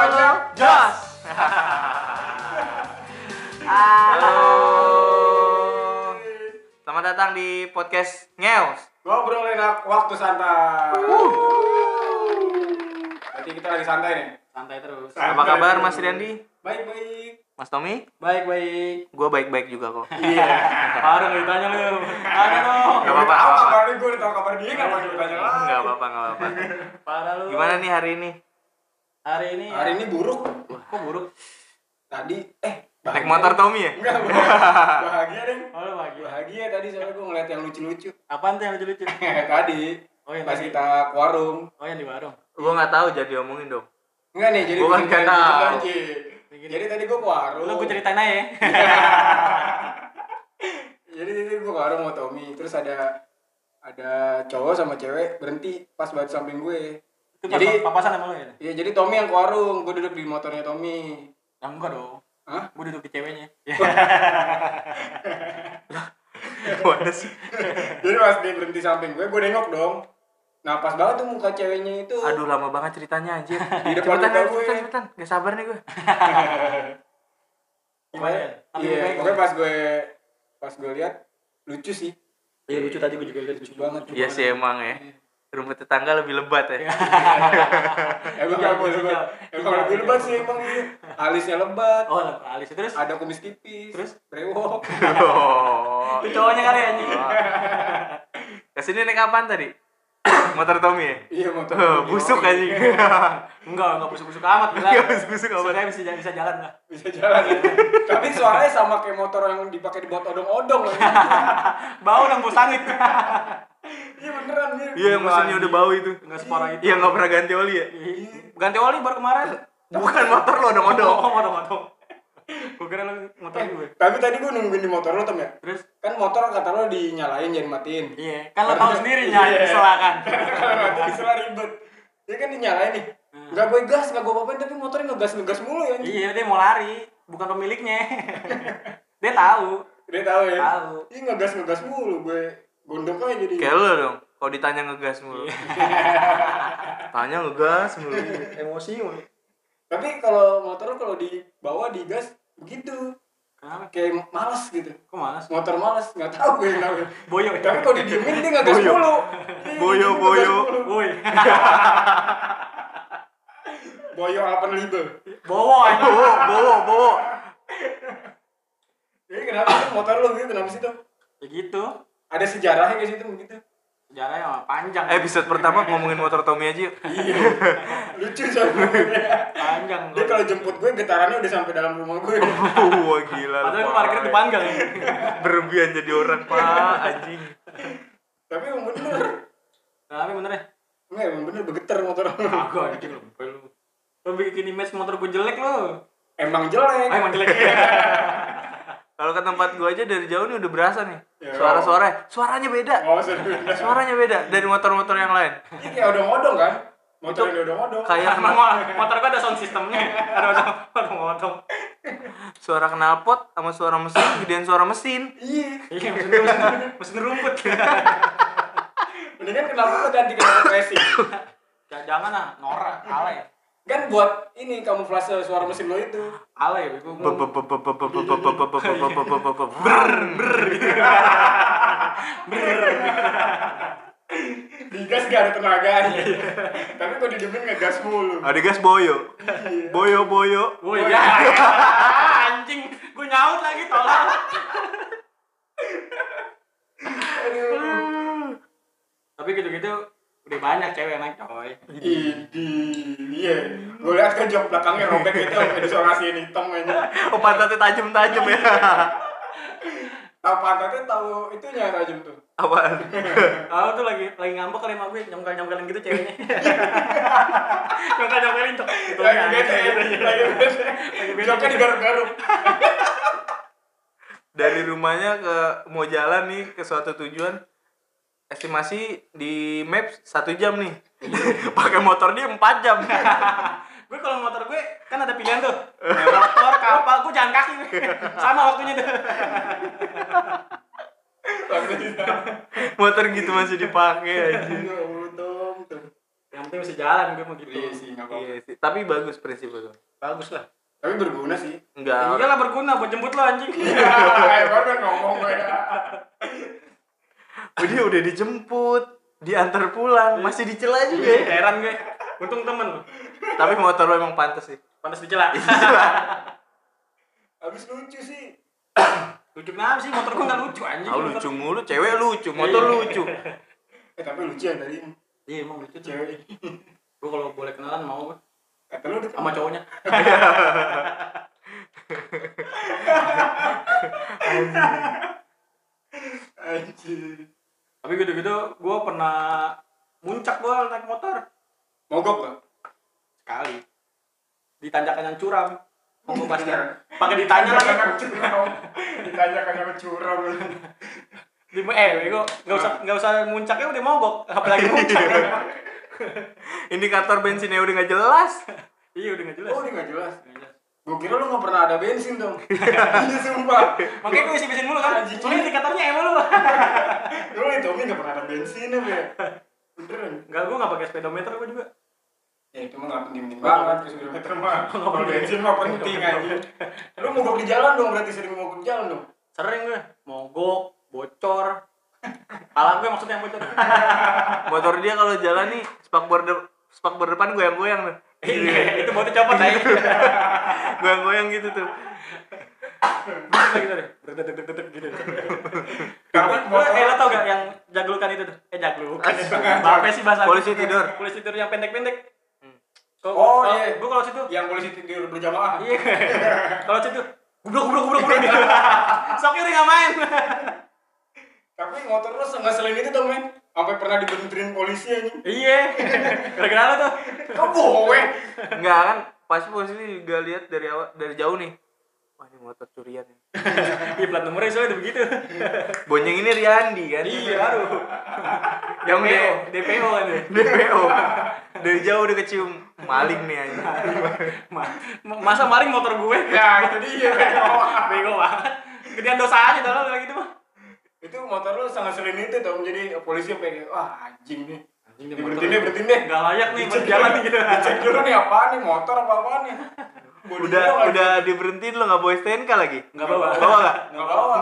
Jas. Halo. Selamat datang di podcast Ngeos. Ngobrol enak waktu santai. Berarti kita lagi santai nih. santai terus Apa kabar Mas Riandi? Baik-baik. Mas Tommy? baik baik Gue baik-baik juga kok. Iya. baru nggak ditanya lu ada dong Gak Tahu apa-apa, gak apa-apa. kabarnya gue udah tahu kabar dia enggak perlu ditanya lagi. Enggak apa-apa, enggak apa-apa. parah lu Gimana nih hari ini? hari ini ya? Hari ini buruk. kok buruk Tadi eh bahagia. Naik motor Tommy ya? Enggak, bahagia. bahagia deh. oh lu pagi Bahagia tadi soalnya gue ngeliat yang lucu-lucu. apaan tuh yang lucu lucu tadi Oh, iya, pas tadi. kita ke warung. oh yang di warung Gue nggak tahu jadi omongin dong. Enggak nih, jadi Gua kan begini, begini, nggak tahu. begini. Jadi tadi gue ke warung. lu gue ceritain aja ya jadi jadi gue ke warung sama Tommy terus ada ada cowok sama cewek berhenti pas banget samping gue itu jadi jadi papasan sama lu ya ya jadi Tommy yang ke warung gue duduk di motornya Tommy nah, enggak dong Hah? gue duduk di ceweknya Ya. Gimana sih? jadi pas dia berhenti samping gue gue nengok dong nah pas banget tuh muka ceweknya itu Aduh lama banget ceritanya anjir. Di depan cepetan, muka cepetan, gue. cepetan, cepetan. Gak sabar nih gue. gimana iya pokoknya pas gue pas gue lihat lucu sih Iya lucu tadi gue juga lihat lucu banget Iya sih emang ya. Rumah tetangga lebih lebat ya. emang iya, gak boleh lebat emang lebih lebat sih emang ini alisnya lebat oh alis terus ada kumis tipis Terus? brewok Oh. Itu cowoknya kali ya, anjing. Kesini naik apaan tadi? Motor Tommy ya? iya Oh, motor Eh, busuk anjing. enggak enggak busuk busuk amat gila Enggak busuk-busuk amat. Sebenarnya bisa bisa jalan lah bisa jalan ya. tapi suaranya sama kayak motor yang dipakai buat odong-odong lagi. bau nang bau sangit iya beneran mirip Iya, yang mesinnya udah bau itu. enggak separah itu Iya, nggak pernah ganti oli ya? ganti oli baru kemarin Bukan motor lo, odong-odong. oh modong modong gue kira lu motor gue tapi tadi gue nungguin di motor lo tem ya terus kan motor kata lo dinyalain jangan matiin iya kan lo tahu sendiri Iya. kan? nyari kesalahan Kalau mati salah ribet dia kan dinyalain nih Hmm. nggak gue gas nggak gue apa-apain tapi motornya ngegas ngegas mulu ya anjing. iya dia mau lari bukan pemiliknya dia tahu dia tahu ya Tahu. iya ngegas ngegas mulu gue gondok aja jadi Kayak lo dong. Kalau ditanya ngegas mulu. Tanya ngegas mulu. emosi mulu tapi kalau motor lo kalau dibawa digas begitu kenapa kayak malas gitu kok malas motor malas nggak tahu gue kenapa Boyo. tapi kalau didiemin dia nggak gas Boyo. mulu Boyo, Dia ngegas boyo. mulu. woi boyo alpen libe bowo anjing. Bowo, bowo, bowo. jadi kenapa sih motor lo gitu kenapa sih tuh ya gitu ada sejarahnya kayak situ begitu sejarahnya mah panjang Episode pertama ngomongin motor Tommy aja yuk. Iya. lucu soalnya panjang dia kalau jemput gue getarannya udah sampai dalam rumah gue Wah, gila. lu, padahal gue Pak. parkir depan gang Berlebihan jadi orang, Pak. Anjing. tapi emang bener tapi bener ya nggak emang bener begeter motor lo. kagak anjing lu lu lu bikin image motor gue jelek lu emang Ah, jelek emang jelek Kalau ke tempat gua aja dari jauh nih udah berasa nih. Ya. Suara-suara, suaranya beda. oh serius Suaranya beda dari motor-motor yang lain. ini kayak odong-odong kan motor yang odong-odong Kayak kena- Emang mo- motor gua ada sound systemnya. Ada ada ada motor. suara knalpot sama suara mesin gedean suara mesin. iya Iya, mesin mesin, mesin rumput. mendingan kenapa lo ganti kenapa racing Ya, jangan ah, norak, alay. kan buat ini kamuflase suara mesin lo itu Alay, bego. Ber digas gak ada tenaga tapi kalau didiemin ngegas mulu Ada gas boyo. Boyo boyo. Woi, ya. Anjing, gua nyaut lagi tolol. Tapi gitu-gitu udah banyak cewek yang naik coy. Idi, iya. Gue lihat kan jok belakangnya robek gitu, kayak disorasiin hitam aja. Oh pantatnya tajam-tajam ya. Tahu pantatnya tahu itunya tajam tuh. Apaan? Tahu tuh lagi lagi ngambek kali sama gue, nyongkel-nyongkelin gitu ceweknya. Nyongkel-nyongkelin tuh. Lagi bete, ya. lagi bete. Joknya digaruk-garuk. Dari rumahnya ke mau jalan nih ke suatu tujuan estimasi di Maps satu jam nih. Pakai motor dia empat jam. gue kalau motor gue kan ada pilihan tuh motor kapal gue jalan kaki gue. sama waktunya tuh Langsung ditaruh. Motor gitu masih dipakai aja. Ya Allah, Tom. Tom. yang penting bisa jalan gue mau gitu Iya sih, nggak apa-apa. Iya sih, tapi bagus prinsip itu. bagus lah Tapi berguna sih. Enggak. Ya Iyalah berguna buat jemput lo anjing. Hahaha, baru kan ngomong ya. Dia udah dijemput, diantar pulang, masih dicela juga. ya. Heran gue. Untung temen lo. Tapi motor lo emang pantas sih. Pantas dicela. Habis lucu sih. lucu kenapa sih motor gue nggak lucu anjing. Tahu lucu mulu, cewek lucu, motor lucu. Eh tapi lucu yang tadi Iya emang lucu tuh. cewek. Gue kalau boleh kenalan mau gue. Kata lu udah sama cowoknya. anjir. Tapi gitu-gitu gue pernah muncak gue naik motor Mogok gak? sekali. Di tanjakan yang curam. Mau gue basket. Pakai ditanya lagi. kakak curang. Ditanya kakak curang. Di eh bego, enggak Nah. usah enggak usah muncaknya udah mogok, apalagi muncak. Indikator bensinnya udah nggak jelas. iya udah enggak jelas. Oh ini gak jelas. Nggak jelas. Gue kira lu gak pernah ada bensin dong. Iya sumpah. Makanya gue isi bensin mulu kan. Soalnya indikatornya emang lu. Lu itu Tommy gak pernah ada bensin ya. Be. Beneran. Enggak, gue enggak pakai speedometer gue juga. Ya itu mah gak penting-penting banget. Terus kilometer mah. Kalau bensin mah penting aja. ah. Lu mogok di jalan dong berarti sering mogok di jalan dong. Sering gue mogok, bocor. Alam gue maksudnya yang bocor. Motor dia kalau jalan nih spakbor de- spakbor depan goyang-goyang tuh. Iya, itu bocor copot aja. Goyang-goyang gitu tuh. gitu deh. Deg-deg-deg-deg gitu. Tapi gue eh lo tau gak yang jaglukan itu tuh? Eh jaglukan. Apa sih bahasa? Polisi tidur. Polisi tidur yang pendek-pendek. Oh, kalau- iya. Gue kalau situ Yang polisi tidur berjamaah. Iya. Kalau situ gublok gublok gublok gublok. Sok kiri nggak main. Tapi motor lu ngeselin itu dong men. Sampai pernah dibenturin polisi aja. Iya. Gara-gara lo tuh. Kebowe. Enggak kan? Pas posisi juga lihat dari awal, dari jauh nih. Wah, ini motor curian nih. Iya plat nomornya soalnya udah begitu. Bonceng ini Riyandi kan? iya, aduh. Yang DPO, dia DPO kan ya. DPO. Dari jauh udah kecium maling nih aja. Ma- ma- Masa maling motor gue? Ya itu dia. Bego. Bego banget. Gedean dosa aja tau lo kayak gitu mah. itu motor lu sangat selin itu tau jadi polisi sampai kayak wah anjing nih Anjing Ini berhentiin deh, berhentiin deh. Enggak Eh, layak nih buat Dicek jalan dulu. nih gitu. Dicek dulu nih apaan nih motor apa apaan nih. Bodi Udah gua nggak- udah diberhentiin lo nggak bawa STNK lagi? Enggak Iya, bawa. Bawa nggak? nggak bawa.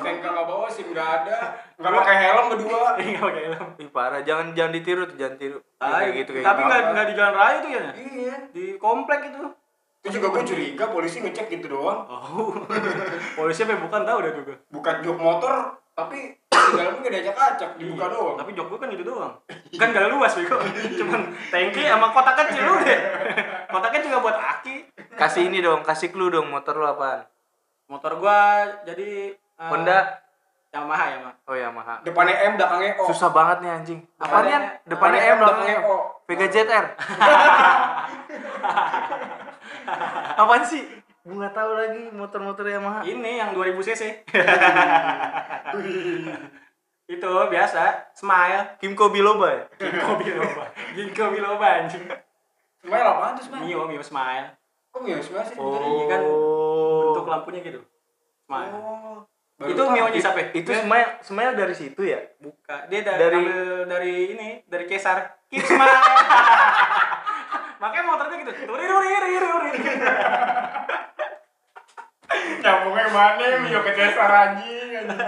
STNK nggak bawa SIM nggak ada. Nggak pakai helm berdua. Enggak pakai helm. Ih parah, jangan jangan ditiru tuh, jangan tiru. Ya, Tai kayak gitu kayak Ah, iya. Tapi gitu. enggak enggak di jalan raya tuh ya. Iya. Di komplek itu. Itu juga gue curiga polisi ngecek gitu doang. Oh. Polisi apa bukan tahu udah gue. Bukan jok motor tapi di dalamnya nggak diacak-acak dibuka Iya, doang. Tapi jok gue kan gitu doang. Kan gak luas bego. Cuman gitu. tangki iya, sama kotak kecil udah. Kotaknya juga buat aki. Kasih ini dong, kasih clue dong motor lo apaan? Motor gua jadi eh, Honda. Yamaha ya, Mas. Oh ya Maha. Depannya M belakangnya O. Susah banget nih anjing. Apaan Depannya- ya? Depannya depannya M belakangnya O. O. Vega ZR. Apaan sih? Gue nggak tahu lagi motor-motor Yamaha. Ini yang 2000 cc. Itu biasa, smile. Kimco Biloba ya? Ginkgo biloba. Ginkgo biloba anjing. Semuanya apaan tuh semuanya? Mio, Mio smile. Kok Mio semuanya sih? Oh, Iya kan bentuk lampunya gitu. Smile. Oh. Baru Itu tahu. Mio nya siapa? Itu semuanya semuanya dari situ ya? Buka. Dia dari Dari- ambil dari ini, dari Kesar. Keep smile. Makanya motornya gitu. Turi turi turi turi. Nyambungnya mana Mio ke desa anjing anjing.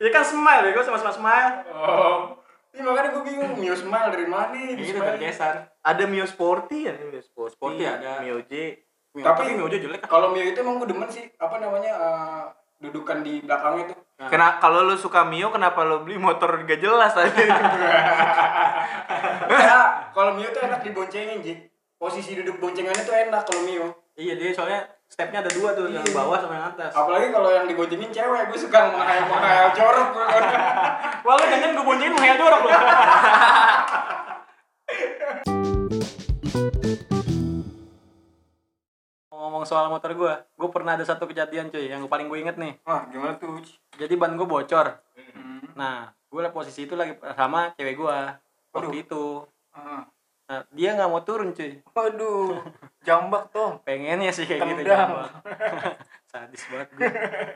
Ya kan smile, bego sama-sama smile. Oh. Ini makanya gue bingung Mio Smile dari mana nih? Ini Iya, dari Kesar. Ada Mio Sporty ya? Mio Sporty, Sporty ada. Mio J. Mio, Tapi- tapi Mio aja jelek. kan? Kalau Mio itu emang gue demen sih apa namanya eh, dudukan di belakangnya tuh. Kena kalau lu suka Mio kenapa lu beli motor gak jelas aja? Karena kalau Mio tuh enak diboncengin Ji. Posisi duduk boncengannya tuh enak kalau Mio. Iya, dia soalnya stepnya ada dua tuh, yang bawah sama yang atas. Apalagi kalau yang diboncengin cewek, gue suka menghayal menghayal jorok gue. Wah, lu jangan gue boncengin menghayal jorok lu. ngomong soal motor gue, gue pernah ada satu kejadian cuy, yang paling gue inget nih. Wah, Ah, gimana tuh? Ci? Jadi ban gue bocor. Hmm. Nah, gue lah posisi itu lagi sama cewek gue waktu itu. Ah. Nah, dia nggak mau turun cuy. Waduh, jambak dong. pengennya sih kayak gitu Tendang. Jambang. sadis banget gue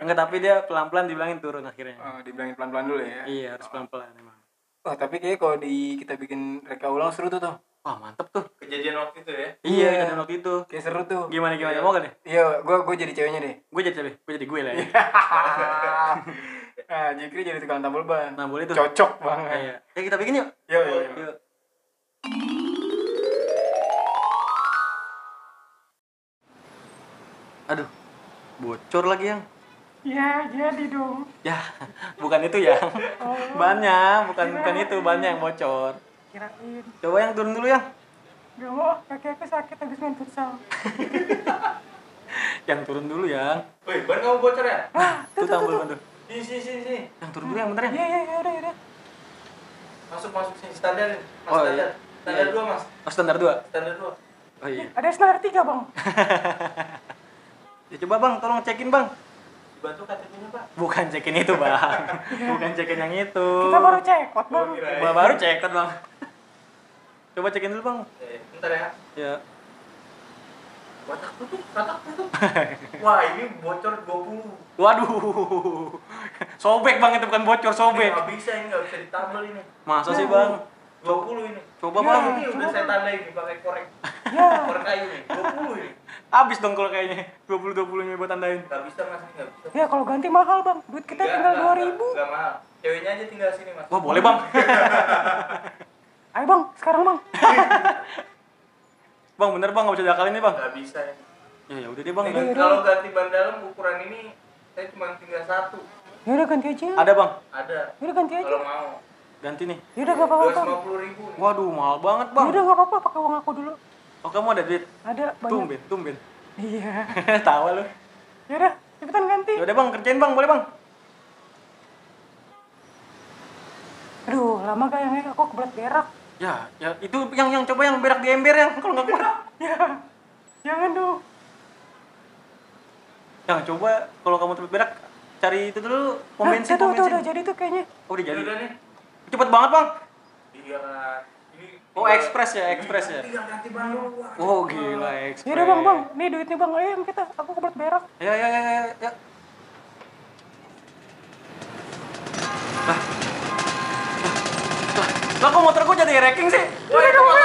enggak tapi dia pelan pelan dibilangin turun akhirnya Eh, dibilangin pelan-pelan dulu ya. iya harus pelan pelan emang Wah, tapi kayaknya kalau di kita bikin reka ulang seru tuh tuh. wah mantep tuh kejadian waktu itu ya Iya, Iya. kejadian waktu itu. Kayak seru tuh. Gimana gimana mau gak nih? Iya, gua gua jadi ceweknya deh. Gue jadi siapa? Gue jadi gue lah Iya. ya. nah, Jikri jadi tukang tambal ban. Nah, boleh tuh. Iya. Cocok banget. Ya kita bikin yuk. Yo, yo, yo. Yuk. Aduh. Bocor lagi yang. Ya, jadi dong. Ya, bukan itu yang. Oh. Bannya, bukan bukan itu, bannya yang bocor. Kirain. Coba yang turun dulu ya. yang. Gak mau, kaki aku sakit habis main futsal. Yang turun dulu yang. woi ban kamu bocor ya Itu tambal ban tuh. sini sini sini sini Yang turun dulu yang bentar ya. yang. iya, iya, udah, udah. masuk masuk sini standar mas Oh, standar iya. standar Iya. dua mas Oh, standar dua. standar dua Oh iya. Ada senar tiga, Bang. Ya, coba Bang, tolong cekin Bang. dibantu KTP-nya pak Bukan cekin itu, Bang. Bukan cekin yang itu. cekot, Bang. Gua kirain. Ba- baru cekin, Bang. Coba cekin dulu, Bang. eh, bentar ya Ya. watak tutup watak tutup wah ini bocor 20 Waduh. Sobek, Bang, itu bukan bocor, ini sobek. nggak bisa ini nggak bisa ditambal ini Masa sih, Bang? 20 ini Iya, Coba, Bang. ini udah saya tandai ini pakai korek Ya. korek kayu nih 20 ini Habis dong kalau kayaknya 20 20-nya buat tandain. nggak bisa mas ini nggak bisa Ya, kalau ganti mahal, Bang. Duit Iya, kita Nggak, tinggal nggak, 2000 nggak, nggak mahal ceweknya aja tinggal sini mas Wah, boleh, Bang. Ayo, Bang. Sekarang, Bang. bang, bener, Bang, enggak bisa diakalin nih, Bang. nggak bisa ini Ya ya udah deh, Bang. Ini kalau ganti ban dalam ukuran ini saya cuma tinggal satu Ya udah ganti aja. Ada, Bang. ada Ya udah ganti aja. kalau mau Ganti nih. Ya udah gak apa-apa, Bang. 250 ribu nih. Waduh, mahal banget, Ya Iya, Bang. udah gak apa-apa, pakai uang aku dulu. Oh, kamu ada duit? Ada banyak. Tumben, tumben. Iya. Tawa lu. Ya udah, cepetan ganti. Ya udah, Bang, kerjain, Bang. Boleh, Bang. Aduh, lama gak yang ini? aku kebelat berak. Ya, ya itu yang yang coba yang berak di ember yang kalau nggak kuat. Ya. Jangan dong. Yang coba kalau kamu terlalu berak cari itu dulu pom Nah, bensin, tuh, pom tuh, udah bensin. jadi tuh kayaknya. Oh, udah jadi. Ya udah nih Cepet banget, Bang. iya kan ini Oh, tinggal- ekspres ya, ekspres ya. tinggal ganti ban dulu Wah, Oh, gila ekspres. Ya udah, Bang, Bang. Nih duitnya, Bang. Ayo kita, aku kebelat berak. Ya, ya, ya, ya, ya. Lah. Lah, lah, lah kok motor gua jadi reking sih? Ya udah, Bang.